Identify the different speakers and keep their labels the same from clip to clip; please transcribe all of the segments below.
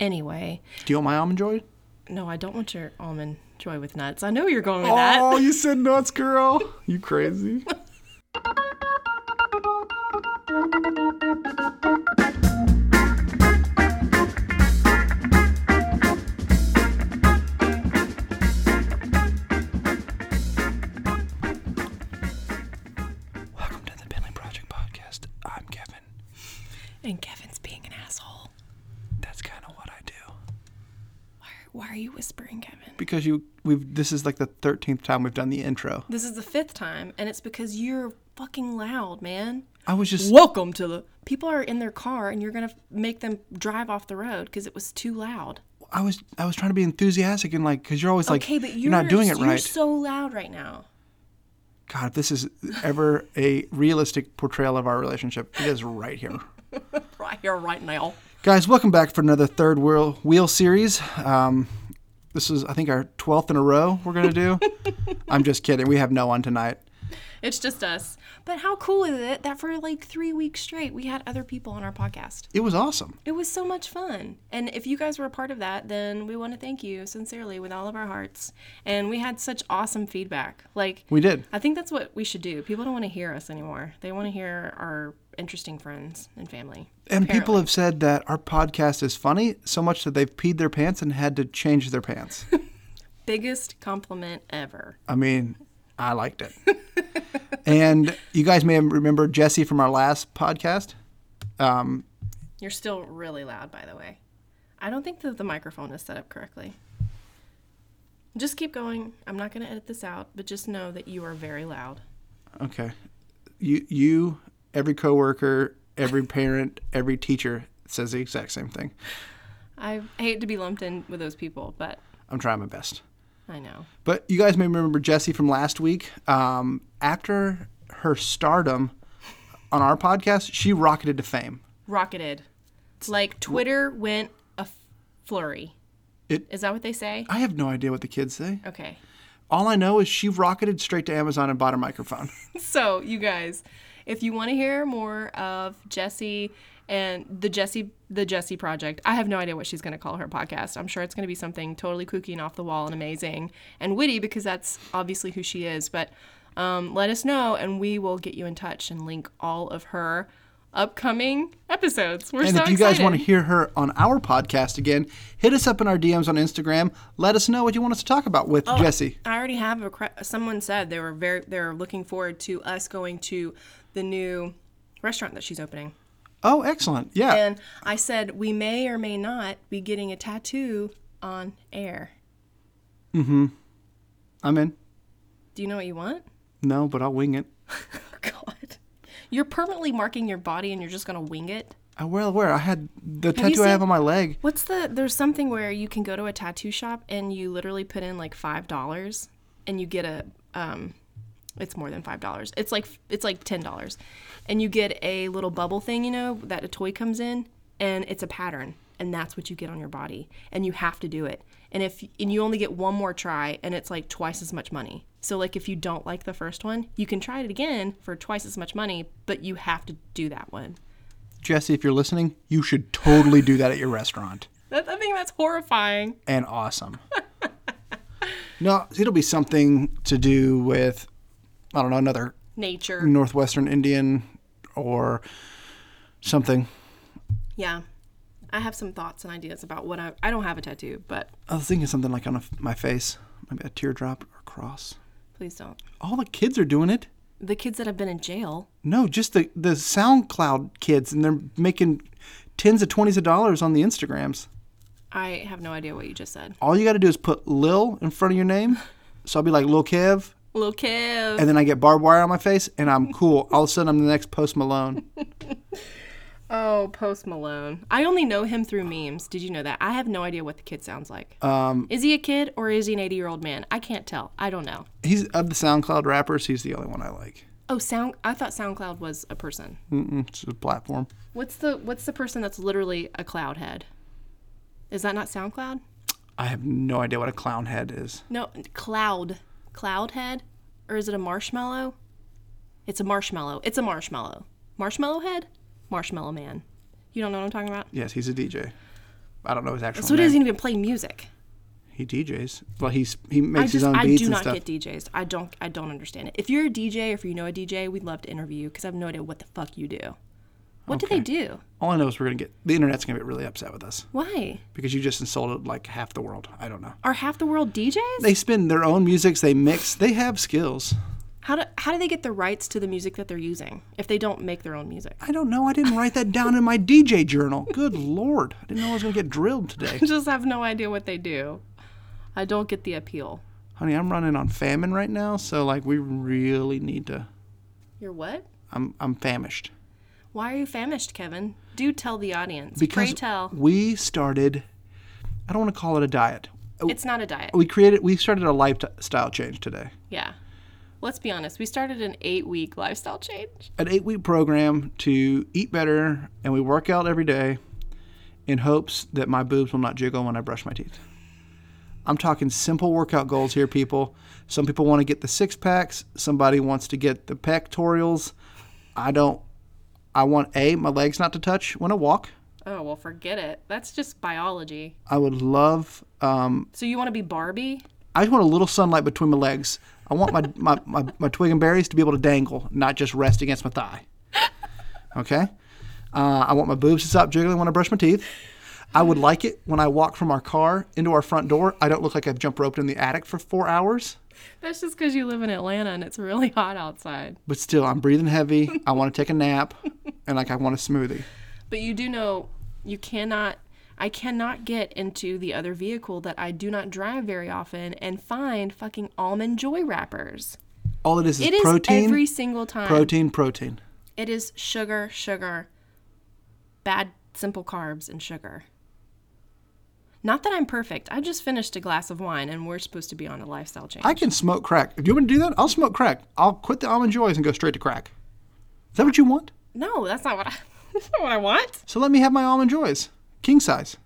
Speaker 1: Anyway,
Speaker 2: Do you want my almond joy?
Speaker 1: no, I don't want your almond joy with nuts. I know where you're going with
Speaker 2: Oh,
Speaker 1: that.
Speaker 2: you said nuts, girl. You crazy. Welcome to the Bentley Project Podcast. I'm Kevin.
Speaker 1: And Kevin's being an asshole.
Speaker 2: That's kind of what I do.
Speaker 1: Why are, why are you whispering, Kevin?
Speaker 2: Because you, we've. This is like the thirteenth time we've done the intro.
Speaker 1: This is the fifth time, and it's because you're fucking loud, man.
Speaker 2: I was just.
Speaker 1: Welcome to the. People are in their car, and you're gonna f- make them drive off the road because it was too loud.
Speaker 2: I was I was trying to be enthusiastic and like because you're always like
Speaker 1: okay, but you're,
Speaker 2: you're, not doing it
Speaker 1: you're
Speaker 2: right.
Speaker 1: so loud right now.
Speaker 2: God, if this is ever a realistic portrayal of our relationship, it is right here.
Speaker 1: Right here, right now.
Speaker 2: Guys, welcome back for another third wheel wheel series. Um, this is I think our twelfth in a row we're gonna do. I'm just kidding. We have no one tonight.
Speaker 1: It's just us. But how cool is it that for like three weeks straight, we had other people on our podcast?
Speaker 2: It was awesome.
Speaker 1: It was so much fun. And if you guys were a part of that, then we want to thank you sincerely with all of our hearts. And we had such awesome feedback. Like,
Speaker 2: We did.
Speaker 1: I think that's what we should do. People don't want to hear us anymore, they want to hear our interesting friends and family.
Speaker 2: And people have said that our podcast is funny so much that they've peed their pants and had to change their pants.
Speaker 1: Biggest compliment ever.
Speaker 2: I mean, I liked it. and you guys may remember Jesse from our last podcast.
Speaker 1: You're still really loud, by the way. I don't think that the microphone is set up correctly. Just keep going. I'm not going to edit this out, but just know that you are very loud.
Speaker 2: Okay. You you every coworker, every parent, every teacher says the exact same thing.
Speaker 1: I hate to be lumped in with those people, but
Speaker 2: I'm trying my best.
Speaker 1: I know.
Speaker 2: But you guys may remember Jesse from last week. Um, after her stardom on our podcast, she rocketed to fame.
Speaker 1: Rocketed. It's like Twitter went a f- flurry.
Speaker 2: It-
Speaker 1: Is that what they say?
Speaker 2: I have no idea what the kids say.
Speaker 1: Okay.
Speaker 2: All I know is she rocketed straight to Amazon and bought a microphone.
Speaker 1: So, you guys, if you want to hear more of Jesse and the Jesse the Jesse project, I have no idea what she's going to call her podcast. I'm sure it's going to be something totally kooky and off the wall and amazing and witty because that's obviously who she is. But um, let us know, and we will get you in touch and link all of her upcoming episodes. We're
Speaker 2: And
Speaker 1: so
Speaker 2: if you guys
Speaker 1: excited.
Speaker 2: want to hear her on our podcast again, hit us up in our DMs on Instagram. Let us know what you want us to talk about
Speaker 1: Oh.
Speaker 2: with Jesse.
Speaker 1: I already have a. cre- Someone said they were very. They're looking forward to us going to the new restaurant that she's opening.
Speaker 2: Oh, excellent. Yeah.
Speaker 1: And I said we may or may not be getting a tattoo on air.
Speaker 2: I'm in.
Speaker 1: Do you know what you want?
Speaker 2: No, but I'll wing it.
Speaker 1: God, you're permanently marking your body and you're just gonna wing it.
Speaker 2: I well where I had the
Speaker 1: you
Speaker 2: tattoo I have
Speaker 1: seen-
Speaker 2: on my leg.
Speaker 1: What's the? There's something where you can go to a tattoo shop and you literally put in like five dollars and you get a. Um, it's more than five dollars. It's like it's like ten dollars, and you get a little bubble thing, you know, that a toy comes in, and it's a pattern, and that's what you get on your body, and you have to do it. And if and you only get one more try, and it's like twice as much money. So like if you don't like the first one, you can try it again for twice as much money, but you have to do that one.
Speaker 2: Jesse, if you're listening, you should totally do that at your restaurant.
Speaker 1: That, I think that's horrifying.
Speaker 2: And awesome. no, it'll be something to do with I don't know, another
Speaker 1: Nature.
Speaker 2: northwestern Indian or something.
Speaker 1: Yeah. I have some thoughts and ideas about what I I don't have a tattoo, but
Speaker 2: I was thinking something like on a, my face, maybe a teardrop or cross.
Speaker 1: please don't.
Speaker 2: All the kids are doing it.
Speaker 1: The kids that have been in jail.
Speaker 2: No, just the the SoundCloud kids, and they're making tens of twenties of dollars on the Instagrams.
Speaker 1: I have no idea what you just said.
Speaker 2: All you got to do is put Lil in front of your name, so I'll be like Lil Kev,
Speaker 1: Lil Kev.
Speaker 2: and then I get barbed wire on my face, and I'm cool. All of a sudden, I'm the next Post Malone.
Speaker 1: Oh, Post Malone. I only know him through memes. Did you know that? I have no idea what the kid sounds like. Um, is he a kid or is he an 80 year old man? I can't tell. I don't know.
Speaker 2: He's of the SoundCloud rappers. He's the only one I like.
Speaker 1: Oh, sound. I thought SoundCloud was a person.
Speaker 2: Mm-mm, it's a platform.
Speaker 1: What's the What's the person that's literally a cloud head? Is that not SoundCloud?
Speaker 2: I have no idea what a clown head is.
Speaker 1: No, cloud. Cloud head? Or is it a marshmallow? It's a marshmallow. It's a marshmallow. Marshmallow head? Marshmallow man. You don't know what I'm talking about?
Speaker 2: Yes, he's a DJ. I don't know his actual
Speaker 1: So he
Speaker 2: name.
Speaker 1: doesn't even play music.
Speaker 2: He DJs. Well, he's he
Speaker 1: I
Speaker 2: makes his
Speaker 1: just
Speaker 2: own
Speaker 1: I
Speaker 2: beats
Speaker 1: do
Speaker 2: and
Speaker 1: not
Speaker 2: stuff.
Speaker 1: get DJs. I don't I don't understand it. If you're a DJ, or if you know a DJ, we'd love to interview you because I have no idea what the fuck you do. What do they do?
Speaker 2: All I know is we're gonna get the internet's gonna get really upset with us
Speaker 1: Why
Speaker 2: because you just insulted like half the world. I don't know.
Speaker 1: are half the world DJs?
Speaker 2: They spin their own musics. They mix. They have skills.
Speaker 1: how do how do they get the rights to the music that they're using if they don't make their own music?
Speaker 2: I don't know. I didn't write that down in my DJ journal. Good lord! I didn't know I was gonna get drilled today,
Speaker 1: I just have no idea what they do. I don't get the appeal.
Speaker 2: honey. I'm running on famine right now, so like we really need to.
Speaker 1: You're what?
Speaker 2: I'm I'm famished
Speaker 1: Why are you famished, Kevin? Do tell the audience.
Speaker 2: because
Speaker 1: Pray tell.
Speaker 2: we started. I don't want to call it a diet.
Speaker 1: It's not a diet.
Speaker 2: We created. We started a lifestyle change today.
Speaker 1: Yeah. Let's be honest. We started an eight week lifestyle change.
Speaker 2: an eight week program to eat better and we work out every day in hopes that my boobs will not jiggle when I brush my teeth. I'm talking simple workout goals here, people. Some people want to get the six packs, somebody wants to get the pectorials. I don't, I want A, my legs not to touch when I walk.
Speaker 1: Oh, well, forget it. That's just biology.
Speaker 2: I would love, um,
Speaker 1: So you want to be Barbie?
Speaker 2: I just want a little sunlight between my legs. I want my, my, my, my twig and berries to be able to dangle, not just rest against my thigh. Okay? Uh, I want my boobs to stop jiggling when I brush my teeth. I would like it when I walk from our car into our front door. I don't look like I've jump roped in the attic for four hours,
Speaker 1: That's just because you live in Atlanta and it's really hot outside.
Speaker 2: but still, I'm breathing heavy. I want to take a nap and like I want a smoothie.
Speaker 1: But you do know you cannot, I cannot get into the other vehicle that I do not drive very often and find fucking almond joy wrappers.
Speaker 2: All it is is
Speaker 1: It is
Speaker 2: protein,
Speaker 1: every single time.
Speaker 2: protein, protein.
Speaker 1: It is sugar, sugar, bad, simple carbs, and sugar. Not that I'm perfect. I just finished a glass of wine and we're supposed to be on a lifestyle change.
Speaker 2: I can smoke crack. If you want me to do that, I'll smoke crack. I'll quit the almond joys and go straight to crack. Is that what you want?
Speaker 1: no, that's not what I, that's not what I want.
Speaker 2: So let me have my almond joys, king size.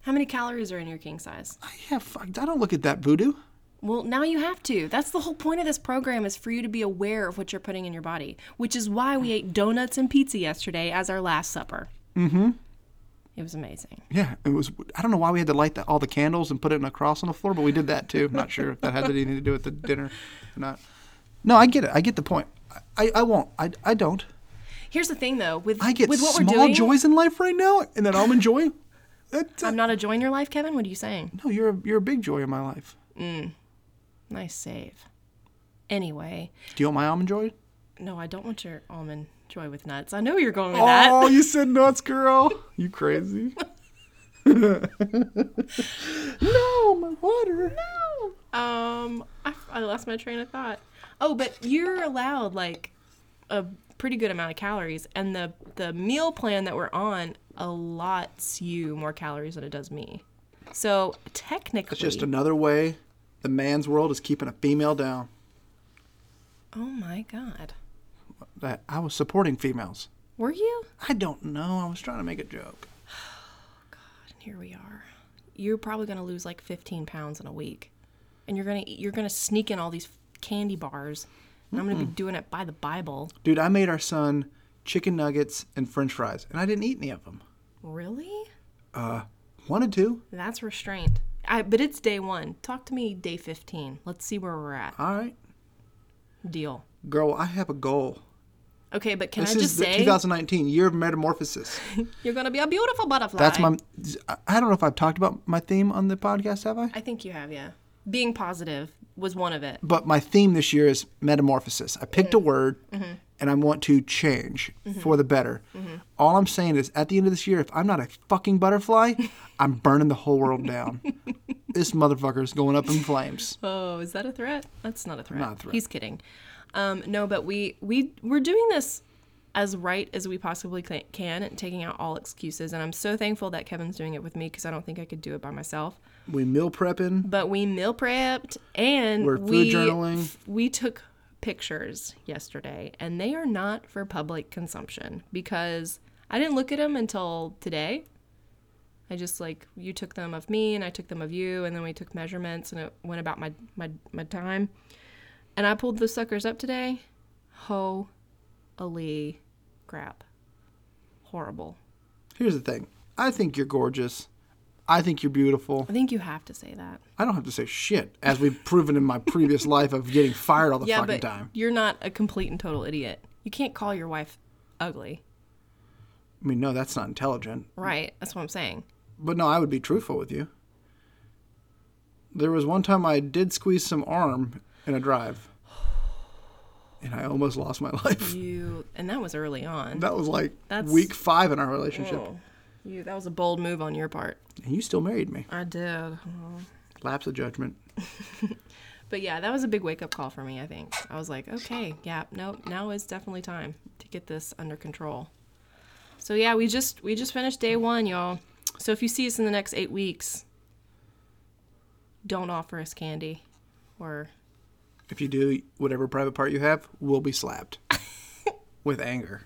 Speaker 1: How many calories are in your king size?
Speaker 2: I have. fuck, I don't look at that voodoo.
Speaker 1: Well, now you have to. That's the whole point of this program is for you to be aware of what you're putting in your body, which is why we ate donuts and pizza yesterday as our last supper. Mm-hmm. It was amazing.
Speaker 2: Yeah, it was. I don't know why we had to light the, all the candles and put it in a cross on the floor, but we did that too. I'm not sure if that had anything to do with the dinner or not. No, I get it. I get the point. I, I won't. I, I don't.
Speaker 1: Here's the thing, though, with
Speaker 2: I get
Speaker 1: with what we're
Speaker 2: small
Speaker 1: doing.
Speaker 2: joys in life right now, and that almond joy. That's,
Speaker 1: I'm not a joy in your life, Kevin. What are you saying?
Speaker 2: no, you're a, you're a big joy in my life.
Speaker 1: Nice save. Anyway,
Speaker 2: Do you want my almond joy?
Speaker 1: no, I don't want your almond joy with nuts. I know where you're going with that.
Speaker 2: Oh, you said nuts, girl. You crazy. no, my water. No.
Speaker 1: Um, I, I lost my train of thought. Oh, but you're allowed like a pretty good amount of calories, and the the meal plan that we're on allots you more calories than it does me. So technically,
Speaker 2: Just another way the man's world is keeping a female down.
Speaker 1: oh my god,
Speaker 2: That I was supporting females.
Speaker 1: were you?
Speaker 2: I don't know. I was trying to make a joke.
Speaker 1: And here we are. You're probably gonna lose like 15 pounds in a week, and you're gonna you're gonna sneak in all these candy bars, and I'm gonna be doing it by the Bible.
Speaker 2: Dude, I made our son chicken nuggets and french fries, and I didn't eat any of them.
Speaker 1: Really?
Speaker 2: Wanted to.
Speaker 1: That's restraint. I, but it's day one. Talk to me day 15. Let's see where we're at.
Speaker 2: All right.
Speaker 1: Deal. I.
Speaker 2: Have a goal.
Speaker 1: Okay, but can
Speaker 2: This
Speaker 1: I
Speaker 2: is
Speaker 1: just
Speaker 2: the
Speaker 1: say
Speaker 2: 2019 year of metamorphosis.
Speaker 1: you're going to be a beautiful butterfly?
Speaker 2: That's my. I don't know if I've talked about my theme on the podcast, have I?
Speaker 1: I think you have, yeah. Being positive was one of it.
Speaker 2: But my theme this year is metamorphosis. I picked a
Speaker 1: Mm-hmm.
Speaker 2: word and I want to change for the better.
Speaker 1: Mm-hmm.
Speaker 2: All I'm saying is at the end of this year, if I'm not a fucking butterfly, I'm burning the whole world down. this motherfucker's going up in flames.
Speaker 1: Oh, is that a threat? That's not a threat.
Speaker 2: Not a threat.
Speaker 1: He's kidding. Um, no, but we we we're doing this as right as we possibly ca- can and taking out all excuses. And I'm so thankful that Kevin's doing it with me because I don't think I could do it by myself.
Speaker 2: We meal prepping.
Speaker 1: But we meal prepped and
Speaker 2: We're food
Speaker 1: we,
Speaker 2: journaling.
Speaker 1: We took pictures yesterday, and they are not for public consumption because I didn't look at them until today. I just like you took them of me, and I took them of you, and then we took measurements, and it went about my my my time. And I pulled those suckers up today. Holy crap! Horrible.
Speaker 2: Here's the thing. I think you're gorgeous. I think you're beautiful.
Speaker 1: I think you have to say that.
Speaker 2: I don't have to say shit, as we've proven in my previous life of getting fired all the
Speaker 1: Yeah,
Speaker 2: fucking
Speaker 1: but
Speaker 2: time.
Speaker 1: you're not a complete and total idiot. You can't call your wife ugly,
Speaker 2: I mean, no, that's not intelligent.
Speaker 1: right? That's what I'm saying.
Speaker 2: But no, I would be truthful with you. There was one time I did squeeze some arm in a drive, and I almost lost my life.
Speaker 1: You and that was early on.
Speaker 2: That was like
Speaker 1: That's-
Speaker 2: week five in our relationship,
Speaker 1: Oh, you that was a bold move on your part.
Speaker 2: and you still married me.
Speaker 1: I did.
Speaker 2: Lapse of judgment.
Speaker 1: But yeah, that was a big wake up call for me, I think. I was like, okay, yeah, nope, now is definitely time to get this under control. So yeah, we just we just finished day one, y'all. So if you see us in the next eight weeks, don't offer us candy. Or
Speaker 2: If you do, whatever private part you have will be slapped with anger.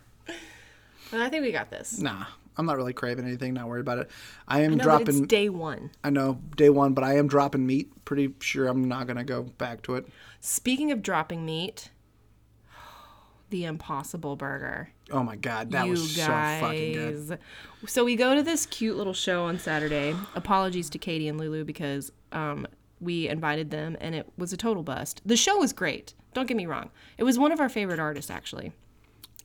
Speaker 1: but I think we got this.
Speaker 2: Nah, I'm not really craving anything. Not worried about it. I am
Speaker 1: No, but it's
Speaker 2: dropping.
Speaker 1: day one.
Speaker 2: I know day one, but I am dropping meat. Pretty sure I'm not gonna go back to it.
Speaker 1: Speaking of dropping meat, the impossible burger.
Speaker 2: Oh my god, that
Speaker 1: you
Speaker 2: was so
Speaker 1: guys.
Speaker 2: fucking good.
Speaker 1: So we go to this cute little show on Saturday. Apologies to Katie and Lulu because um, we invited them and it was a total bust. The show was great. Don't get me wrong. It was one of our favorite artists actually.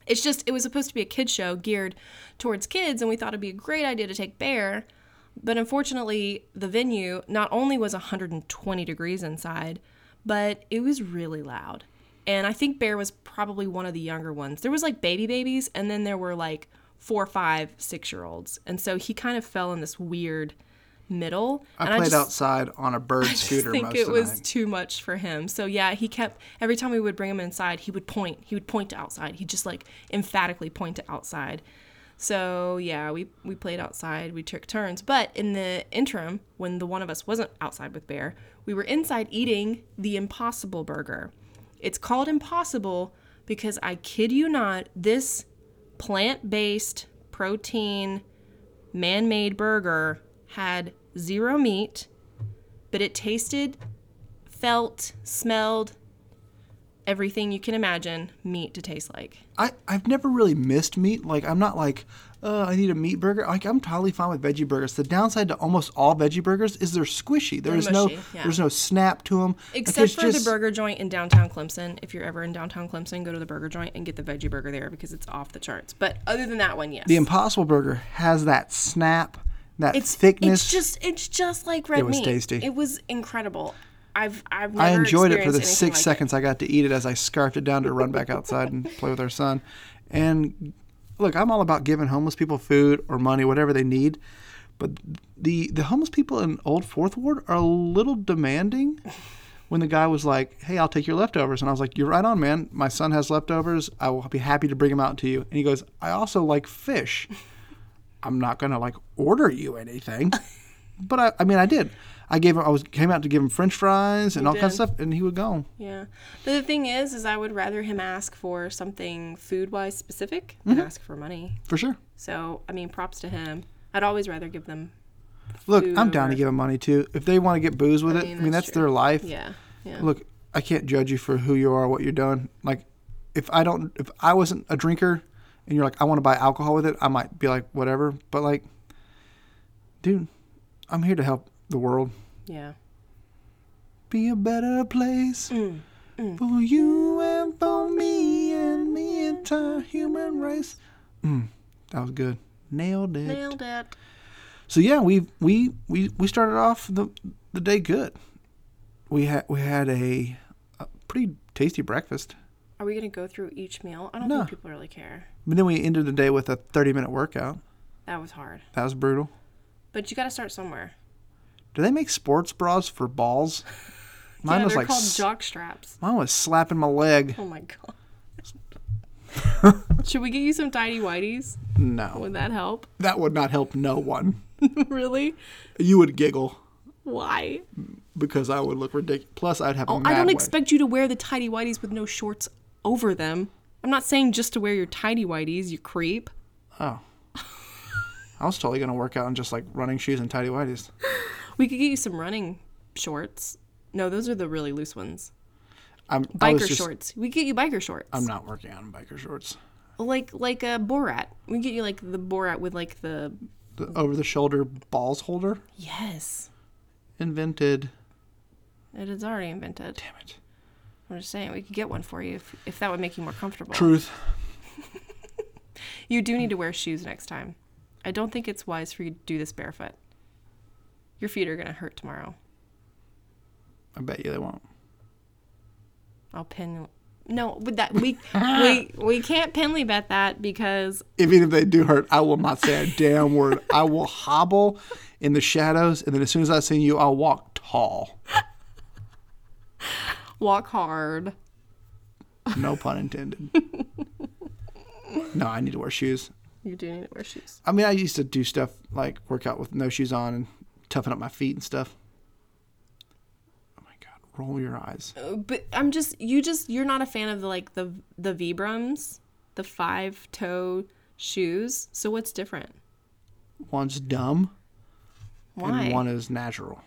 Speaker 1: It's just it was supposed to be a kids show geared towards kids, and we thought it'd be a great idea to take Bear. But unfortunately, the venue not only was 120 degrees inside, but it was really loud. And I think Bear was probably one of the younger ones. There was like baby babies, and then there were like four, five, six year olds. And so he kind of fell in this weird middle.
Speaker 2: I
Speaker 1: and
Speaker 2: played outside on a bird scooter
Speaker 1: I think
Speaker 2: most
Speaker 1: it
Speaker 2: of
Speaker 1: was
Speaker 2: the night.
Speaker 1: too much for him. So yeah, he kept every time we would bring him inside, he would point. He would point to outside. He'd just like emphatically point to outside. So yeah, we we played outside. We took turns. But in the interim, when the one of us wasn't outside with Bear, we were inside eating the Impossible Burger. It's called Impossible because I kid you not, this plant-based protein man-made burger had zero meat but it tasted, felt, smelled everything you can imagine meat to taste like.
Speaker 2: I, I've never really missed meat. Like I'm not like, uh, I need a meat burger. Like I'm totally fine with veggie burgers. The downside to almost all veggie burgers is they're squishy. There's no
Speaker 1: mushy, yeah.
Speaker 2: there's no snap to them.
Speaker 1: Except for the burger joint in downtown Clemson. If you're ever in downtown Clemson, go to the burger joint and get the veggie burger there because it's off the charts. But other than that one, yes.
Speaker 2: The Impossible Burger has that snap, that
Speaker 1: it's
Speaker 2: thickness.
Speaker 1: It's just it's just like red meat.
Speaker 2: was tasty.
Speaker 1: It was incredible. I've I've never
Speaker 2: I enjoyed it for
Speaker 1: experienced
Speaker 2: the
Speaker 1: anything
Speaker 2: six
Speaker 1: like
Speaker 2: seconds I got to eat it as I scarfed it down to run back outside and play with our son. And look, I'm all about giving homeless people food or money, whatever they need. But the the homeless people in Old Fourth Ward are a little demanding. When the guy was like, "Hey, I'll take your leftovers," and I was like, "You're right on, man. My son has leftovers. I will be happy to bring them out to you." And he goes, "I also like fish. I'm not gonna like order you anything." But I, I mean, I did. I gave him. I was came out to give him French fries and all kinds of stuff, and he would go.
Speaker 1: Yeah. But the thing is, is I would rather him ask for something food wise specific
Speaker 2: Mm-hmm.
Speaker 1: than ask for money.
Speaker 2: For sure.
Speaker 1: So I mean, props to him. I'd always rather give them
Speaker 2: Look,
Speaker 1: Food
Speaker 2: I'm down to
Speaker 1: over-
Speaker 2: give them money too. If they want to get booze with it, I mean,
Speaker 1: mean,
Speaker 2: that's,
Speaker 1: that's
Speaker 2: their life.
Speaker 1: Yeah, yeah.
Speaker 2: Look, I can't judge you for who you are, what you're doing. Like, if I don't, if I wasn't a drinker, and you're like, I want to buy alcohol with it, I might be like, whatever. But like, dude, I'm here to help the world
Speaker 1: yeah.
Speaker 2: be a better place
Speaker 1: Mm,
Speaker 2: for you and for me and the entire human race. Mm, that was good. Nailed it.
Speaker 1: Nailed it.
Speaker 2: So yeah, we we we we started off the the day good. We had we had a, a pretty tasty breakfast,
Speaker 1: Are we gonna go through each meal? I don't
Speaker 2: No.
Speaker 1: think people really care.
Speaker 2: but then we ended the day with a thirty minute workout.
Speaker 1: That was hard,
Speaker 2: That was brutal.
Speaker 1: but you got to start somewhere.
Speaker 2: Do they make sports bras for balls? Mine
Speaker 1: yeah,
Speaker 2: was
Speaker 1: they're
Speaker 2: like
Speaker 1: called
Speaker 2: s-
Speaker 1: jock straps.
Speaker 2: mine was slapping my leg.
Speaker 1: Oh my god. Should we get you some tidy whities?
Speaker 2: No,
Speaker 1: Would that help?
Speaker 2: that would not help no one.
Speaker 1: really?
Speaker 2: You would giggle
Speaker 1: Why?
Speaker 2: because I would look ridiculous. Plus, I'd have. a
Speaker 1: Oh, I
Speaker 2: mad
Speaker 1: don't
Speaker 2: leg.
Speaker 1: expect you to wear the tidy whities with no shorts over them. I'm not saying just to wear your tidy whities, you creep.
Speaker 2: Oh, I was totally gonna work out in just like running shoes and tidy whities.
Speaker 1: We could get you some running shorts. No, those are the really loose ones.
Speaker 2: I'm I was
Speaker 1: Biker
Speaker 2: just,
Speaker 1: shorts. We could get you biker shorts.
Speaker 2: I'm not working out in biker shorts.
Speaker 1: like like a Borat. We get you like the Borat with like the
Speaker 2: the over the shoulder balls holder
Speaker 1: Yes.
Speaker 2: invented.
Speaker 1: It is already invented.
Speaker 2: Damn it.
Speaker 1: I'm just saying, we could get one for you if, if that would make you more comfortable.
Speaker 2: Truth.
Speaker 1: You do need to wear shoes next time. I don't think it's wise for you to do this barefoot. Your feet are going to hurt tomorrow.
Speaker 2: I bet you they won't.
Speaker 1: I'll pin. No, with that we we we can't pinly bet that because
Speaker 2: Even if they do hurt, I will not say a damn word. I will hobble in the shadows, and then as soon as I see you, I'll walk tall.
Speaker 1: walk hard.
Speaker 2: No pun intended. no, I need to wear shoes.
Speaker 1: You do need to wear shoes.
Speaker 2: I mean, I used to do stuff like work out with no shoes on and toughen up my feet and stuff. Oh my god, roll your eyes.
Speaker 1: But I'm just you just you're not a fan of the like the the Vibrams, the five toe shoes. So what's different?
Speaker 2: One's dumb
Speaker 1: Why?
Speaker 2: and one is natural.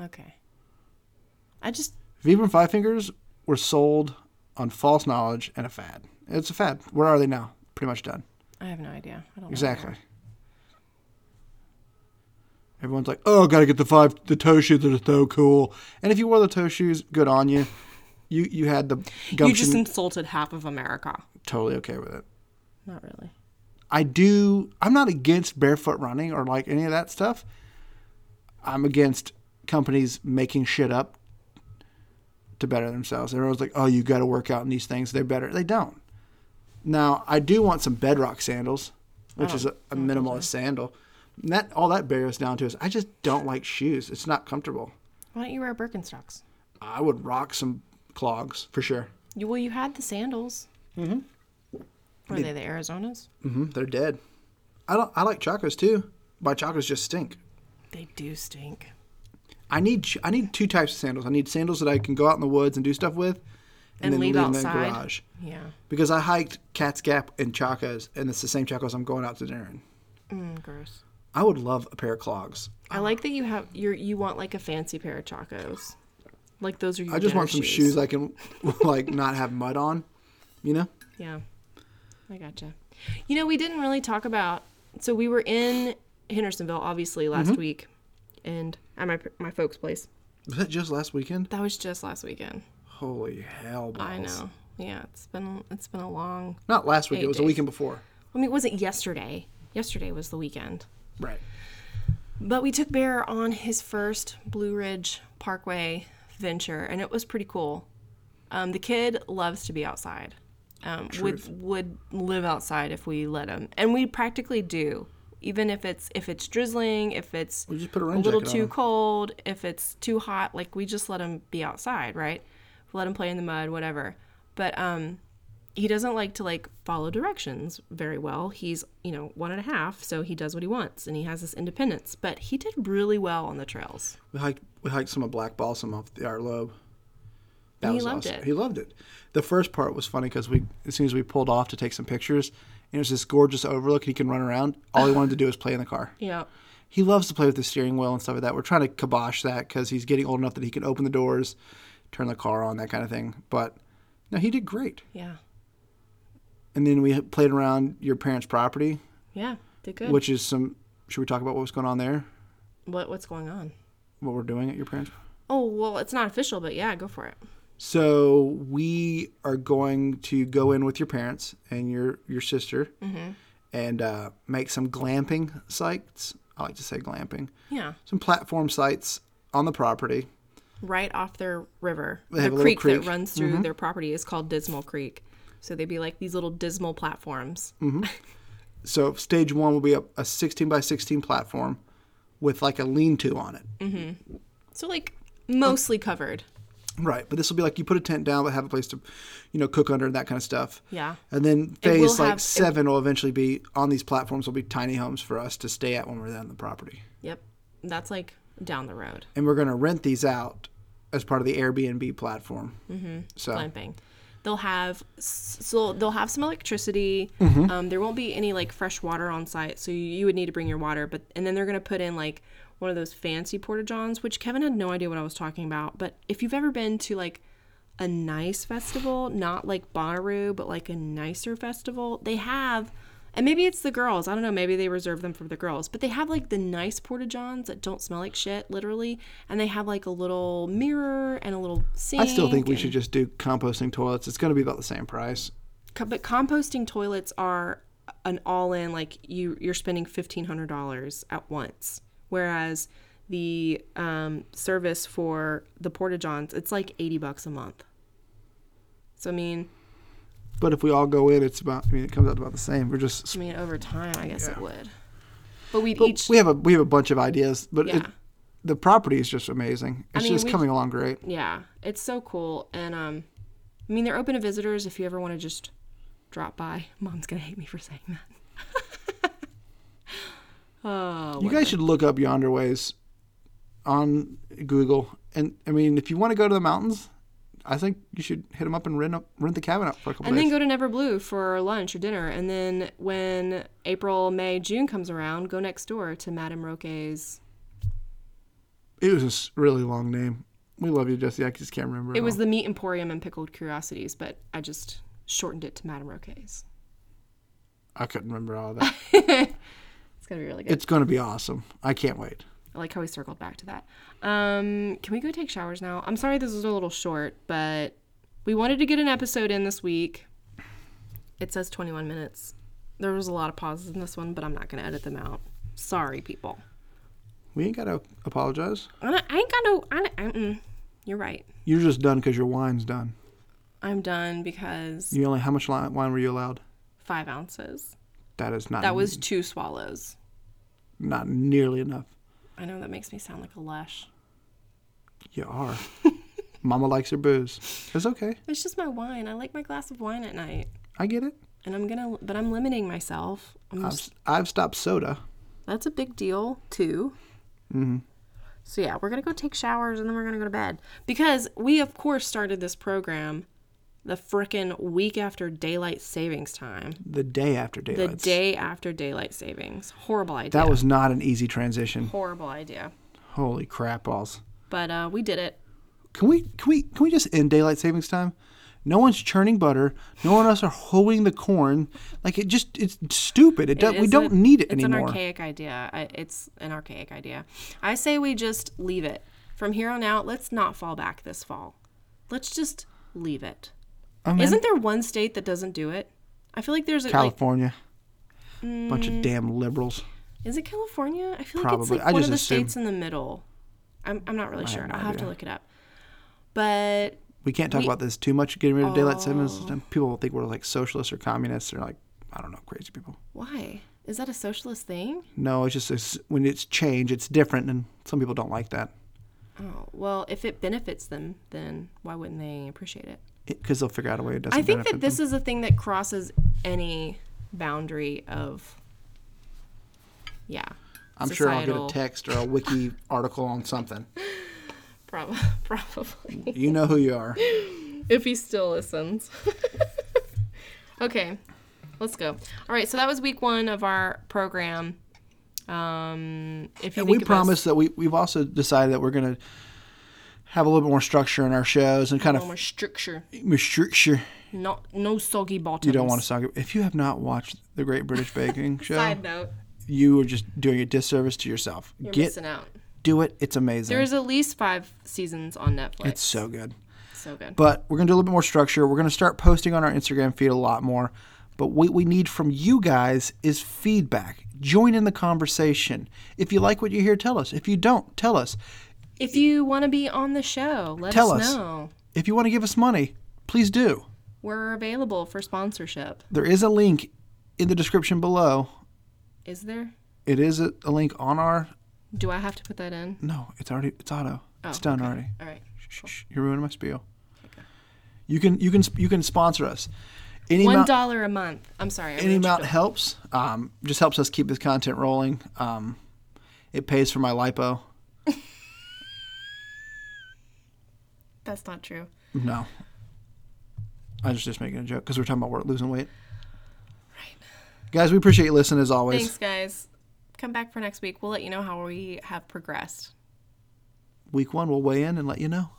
Speaker 1: okay. I just
Speaker 2: Vibram Five Fingers were sold on false knowledge and a fad. It's a fad. Where are they now? Pretty much done.
Speaker 1: I have no idea. I don't know
Speaker 2: Exactly. Everyone's like, "Oh, gotta get the five the toe shoes. They're so cool." And if you wore the toe shoes, good on you. You you had the gumption.
Speaker 1: You just insulted half of America.
Speaker 2: totally okay with it.
Speaker 1: Not really.
Speaker 2: I do. I'm not against barefoot running or like any of that stuff. I'm against companies making shit up to better themselves. Everyone's like, "Oh, you got to work out in these things. They're better." They don't. Now, I do want some bedrock sandals, which is a, a minimalist sandal. And that all that bears down to is I just don't like shoes. It's not comfortable.
Speaker 1: Why don't you wear Birkenstocks?
Speaker 2: I would rock some clogs for sure.
Speaker 1: You, well, you had the sandals. Mm-hmm. Were they the Arizonas?
Speaker 2: hmm They're dead. I don't. I like chacos too. My chacos just stink.
Speaker 1: They do stink.
Speaker 2: I need I need two types of sandals. I need sandals that I can go out in the woods and do stuff with,
Speaker 1: And leave
Speaker 2: in the
Speaker 1: outside.
Speaker 2: garage.
Speaker 1: Yeah.
Speaker 2: Because I hiked Cat's Gap and Chacos, and it's the same Chacos I'm going out to dinner in.
Speaker 1: Mm, gross.
Speaker 2: I would love a pair of clogs.
Speaker 1: I like that you have your you want like a fancy pair of chacos. Like those are your
Speaker 2: I just
Speaker 1: dinner
Speaker 2: want some shoes I can like not have mud on, you know.
Speaker 1: Yeah. I gotcha. You know, we didn't really talk about so we were in Hendersonville obviously last week and at my my folks' place.
Speaker 2: Was that just last weekend?
Speaker 1: That was just last weekend.
Speaker 2: Holy hell! Balls.
Speaker 1: I know. Yeah, it's been it's been a long
Speaker 2: Not last week.
Speaker 1: Eight
Speaker 2: It was the
Speaker 1: days.
Speaker 2: weekend before.
Speaker 1: I mean, it wasn't yesterday. Yesterday was the weekend.
Speaker 2: Right.
Speaker 1: But we took Bear on his first Blue Ridge Parkway venture, and it was pretty cool. Um, the kid loves to be outside. Um, would would live outside if we let him, and we practically do. Even if it's if it's drizzling, if it's
Speaker 2: We just put a
Speaker 1: a
Speaker 2: rain
Speaker 1: little
Speaker 2: jacket on
Speaker 1: too
Speaker 2: him.
Speaker 1: cold, if it's too hot, like we just let him be outside, right? Let him play in the mud, whatever. But um, he doesn't like to like follow directions very well. He's you know one and a half, so he does what he wants and he has this independence. But he did really well on the trails.
Speaker 2: We hiked we hiked some of Black Balsam off the, our lobe. That
Speaker 1: And he loved it.
Speaker 2: He loved it. The first part was funny because we as soon as we pulled off to take some pictures, and it was this gorgeous overlook. and He can run around. All he wanted to do was play in the car.
Speaker 1: Yeah,
Speaker 2: He loves to play with the steering wheel and stuff like that. We're trying to kibosh that because he's getting old enough that he can open the doors, turn the car on, that kind of thing. But no, he did great.
Speaker 1: yeah,
Speaker 2: And then we played around your parents' property,
Speaker 1: yeah. Did good.
Speaker 2: which is some. Should we talk about what was going on there?
Speaker 1: what what's going on?
Speaker 2: What we're doing at your parents'
Speaker 1: Oh well, it's not official, but yeah, go for it.
Speaker 2: So we are going to go in with your parents and your your sister,
Speaker 1: Mm-hmm.
Speaker 2: and uh, make some glamping sites. I like to say glamping.
Speaker 1: Yeah,
Speaker 2: Some platform sites on the property.
Speaker 1: right off their river,
Speaker 2: have
Speaker 1: the
Speaker 2: a little
Speaker 1: creek,
Speaker 2: creek. Mm-hmm.
Speaker 1: that runs through their property is called Dismal Creek. So they'd be like these little dismal platforms.
Speaker 2: Mm. So stage one will be a, a 16 by 16 platform with like a lean-to on it.
Speaker 1: Mm. So like mostly covered.
Speaker 2: Right, but this will be like you put a tent down, but have a place to, you know, cook under and that kind of stuff.
Speaker 1: Yeah.
Speaker 2: And then
Speaker 1: It will
Speaker 2: phase like
Speaker 1: have- it-
Speaker 2: seven will eventually be on these platforms. Will be tiny homes for us to stay at when we're on the property.
Speaker 1: Yep, that's like down the road.
Speaker 2: and we're going to rent these out as part of the Airbnb platform. Mm-hmm. So
Speaker 1: glamping. They'll have s- so they'll have some electricity.
Speaker 2: Mm-hmm.
Speaker 1: Um, there won't be any like fresh water on site, so you, you would need to bring your water. But and then they're gonna put in like one of those fancy porta johns, which Kevin had no idea what I was talking about. But if you've ever been to like a nice festival, not like Bonnaroo, but like a nicer festival, they have And maybe it's the girls. I don't know. Maybe they reserve them for the girls. But they have like the nice porta johns that don't smell like shit, literally. And they have like a little mirror and a little sink.
Speaker 2: I still think we
Speaker 1: and-
Speaker 2: should just do composting toilets. It's going to be about the same price.
Speaker 1: Co- But composting toilets are an all-in. Like you, you're spending fifteen hundred dollars at once, whereas the um, service for the porta johns it's like eighty bucks a month. So I mean,
Speaker 2: But if we all go in, it's about. I mean, it comes out about the same. We're just.
Speaker 1: I mean, over time, I guess it would. But we'd
Speaker 2: But
Speaker 1: each,
Speaker 2: we have a we have a bunch of ideas, but it,
Speaker 1: Yeah.
Speaker 2: the property is just amazing. It's
Speaker 1: mean,
Speaker 2: just
Speaker 1: we-
Speaker 2: coming along great.
Speaker 1: yeah, it's so cool. And um, I mean, they're open to visitors if you ever want to just drop by. Mom's gonna hate me for saying that. oh,
Speaker 2: You guys should look up Yonder Ways on Google, and I mean, if you want to go to the mountains, I think you should hit them up and rent up rent the cabin out for a couple
Speaker 1: And
Speaker 2: days.
Speaker 1: then go to Never Blue for lunch or dinner. And then when April, May, June comes around, go next door to Madame Roque's.
Speaker 2: it was a s- really long name. We love you, Jesse. I just can't remember.
Speaker 1: It
Speaker 2: all.
Speaker 1: was the Meat Emporium and Pickled Curiosities, but I just shortened it to Madame Roque's.
Speaker 2: I couldn't remember all that.
Speaker 1: It's going to be really good.
Speaker 2: it's going to be awesome. I can't wait.
Speaker 1: I like how we circled back to that. Um, can we go take showers now? I'm sorry this was a little short, but we wanted to get an episode in this week. It says 21 minutes. There was a lot of pauses in this one, but I'm not going to edit them out. Sorry, people.
Speaker 2: We ain't got to apologize.
Speaker 1: I don't- I ain't got no. I, don't- I, mm, you're right.
Speaker 2: You're just done because your wine's done.
Speaker 1: I'm done because
Speaker 2: You only how much li- wine were you allowed?
Speaker 1: five ounces.
Speaker 2: That is not
Speaker 1: That was two swallows.
Speaker 2: not nearly enough.
Speaker 1: I know that makes me sound like a lush.
Speaker 2: You are. Mama likes her booze. It's okay.
Speaker 1: It's just my wine. I like my glass of wine at night,
Speaker 2: I get it.
Speaker 1: and I'm gonna. But I'm limiting myself. I'm
Speaker 2: I've,
Speaker 1: just-
Speaker 2: s- I've stopped soda.
Speaker 1: that's a big deal too.
Speaker 2: Mm-hmm.
Speaker 1: So yeah, we're gonna go take showers and then we're gonna go to bed because we of course started this program the frickin' week after daylight savings time,
Speaker 2: The day after
Speaker 1: the
Speaker 2: daylight.
Speaker 1: day after daylight savings. Horrible idea.
Speaker 2: That was not an easy transition.
Speaker 1: horrible idea.
Speaker 2: Holy crap balls.
Speaker 1: But uh, we did it.
Speaker 2: Can we can we can we just end daylight savings time? No one's churning butter. No one else are hoeing the corn. Like it just it's stupid. It, does, we
Speaker 1: is
Speaker 2: don't
Speaker 1: a-
Speaker 2: need it
Speaker 1: it's
Speaker 2: anymore.
Speaker 1: an archaic idea. I, it's an archaic idea. I say we just leave it. From here on out, let's not fall back this fall. Let's just leave it. not there one state that doesn't do it? I feel like there's a like Mm.
Speaker 2: California. Bunch of damn liberals.
Speaker 1: is it California? I feel like it's
Speaker 2: Probably.
Speaker 1: like
Speaker 2: I
Speaker 1: one
Speaker 2: just
Speaker 1: of the
Speaker 2: assume-
Speaker 1: states in the middle. I'm I'm not really sure.
Speaker 2: no
Speaker 1: I'll have
Speaker 2: idea.
Speaker 1: to look it up. But
Speaker 2: We can't talk
Speaker 1: We- Oh.
Speaker 2: about this too much. Getting rid of daylight savings time. People will think we're like socialists or communists or like I don't know, crazy people.
Speaker 1: why? Is that a socialist thing?
Speaker 2: No, it's just it's, when it's change, it's different, and some people don't like that
Speaker 1: Oh, well, if it benefits them, then why wouldn't they appreciate it?
Speaker 2: because they'll figure out a way it doesn't.
Speaker 1: I think
Speaker 2: benefit
Speaker 1: that this is a thing that crosses any boundary of, yeah.
Speaker 2: I'm sure I'll
Speaker 1: societal-
Speaker 2: get a text or a wiki article on something.
Speaker 1: Prob- probably.
Speaker 2: You know who you are.
Speaker 1: if he still listens. okay, let's go. All right, so that was week one of our program. Um, if you think
Speaker 2: And we
Speaker 1: of us-
Speaker 2: promise that we we've also decided that we're gonna have a little bit more structure in our shows and kind
Speaker 1: no more structure,
Speaker 2: of structure.
Speaker 1: not no soggy bottoms.
Speaker 2: You don't want to talk. If you have not watched the Great British Baking Show,
Speaker 1: Side note,
Speaker 2: you are just doing a disservice to yourself.
Speaker 1: you're
Speaker 2: Get
Speaker 1: missing out.
Speaker 2: do it. It's amazing.
Speaker 1: There's at least five seasons on Netflix.
Speaker 2: it's so good.
Speaker 1: so good.
Speaker 2: But we're gonna do a little bit more structure. We're gonna start posting on our Instagram feed a lot more. But what we need from you guys is feedback. Join in the conversation. If you like what you hear, tell us. If you don't, tell us.
Speaker 1: If you want to be on the show, let
Speaker 2: Tell
Speaker 1: us
Speaker 2: us.
Speaker 1: know.
Speaker 2: If you want to give us money, please do.
Speaker 1: We're available for sponsorship.
Speaker 2: There is a link in the description below.
Speaker 1: Is there?
Speaker 2: It is a, a link on our.
Speaker 1: Do I have to put that in?
Speaker 2: No, it's already. It's auto. it's done already.
Speaker 1: All right.
Speaker 2: Shh, shh, you're ruining my spiel. You can you can sp- you can sponsor us. Any
Speaker 1: One
Speaker 2: amount
Speaker 1: dollar a month. I'm sorry. I
Speaker 2: any
Speaker 1: really-
Speaker 2: amount helps. Um, just helps us keep this content rolling. Um, it pays for my lipo.
Speaker 1: That's not true.
Speaker 2: No, I was just making a joke because we're talking about we're losing weight. Right. Guys, we appreciate you listening as always.
Speaker 1: Thanks, guys. Come back for next week. We'll let you know how we have progressed.
Speaker 2: Week one, we'll weigh in and let you know.